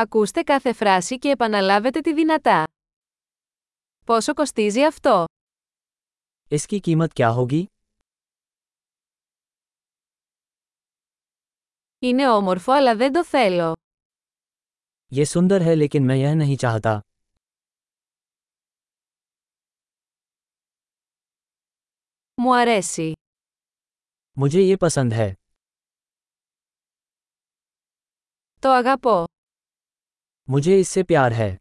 Ακούστε κάθε φράση και επαναλάβετε τη δυνατά. Πόσο κοστίζει αυτό? इसकी कीमत क्या होगी Είναι όμορφο αλλά δεν το θέλω. ये सुंदर है लेकिन मैं यह नहीं चाहता Μου αρέσει. मुझे ये पसंद है Το αγαπώ. मुझे इससे प्यार है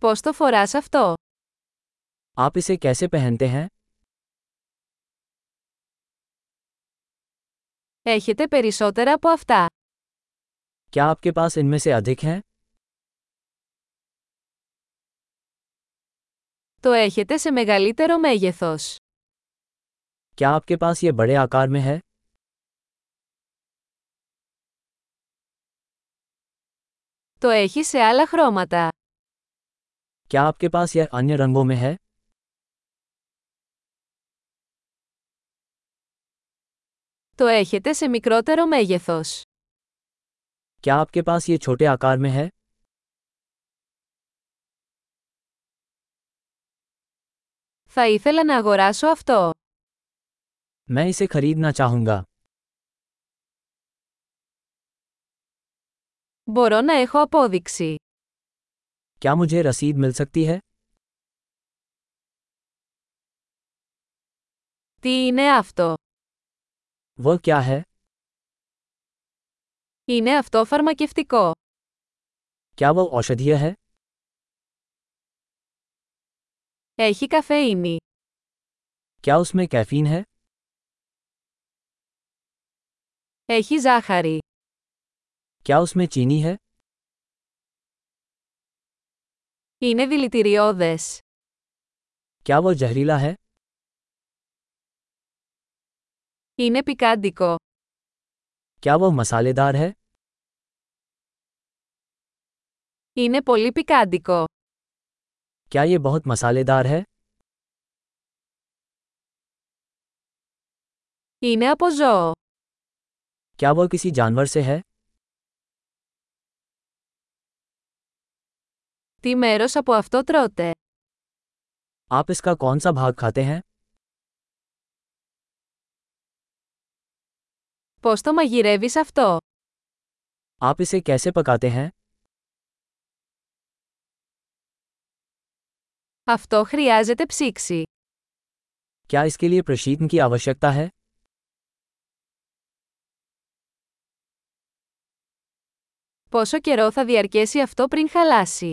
Πώς το φοράς αυτό? आप इसे कैसे पहनते हैं Έχετε περισσότερα από αυτά. क्या आपके पास इनमें से अधिक हैं Το έχετε σε μεγαλύτερο μέγεθος. क्या आपके पास ये बड़े आकार में है Το έχει σε άλλα χρώματα. क्या आपके पास यह अन्य रंगों में है Το έχετε σε μικρότερο μέγεθος. क्या आपके पास ये छोटे आकार में है Θα ήθελα να αγοράσω αυτό. मैं इसे खरीदना चाहूँगा Μπορώ να έχω απόδειξη. क्या मुझे रसीद मिल सकती है Τι είναι αυτό? वह क्या है Είναι αυτό φαρμακευτικό. क्या वह औषधीय है Έχει καφεΐνη. क्या उसमें कैफीन है Έχει ζάχαρη. क्या उसमें चीनी है Είναι δηλητηριώδες. क्या वह जहरीला है Είναι πικάντικο. क्या वह मसालेदार है Είναι πολύ πικάντικο. क्या ये बहुत मसालेदार है Είναι από ζώο. क्या वह किसी जानवर से है Τι μέρος από αυτό τρώτε? आप इसका कौन सा भाग खाते हैं Πώς το μαγειρεύεις αυτό? आप इसे कैसे पकाते हैं Αυτό χρειάζεται ψήξη. क्या इसके लिए प्रशीतन की आवश्यकता है Πόσο καιρό θα διαρκέσει αυτό πριν χαλάσει?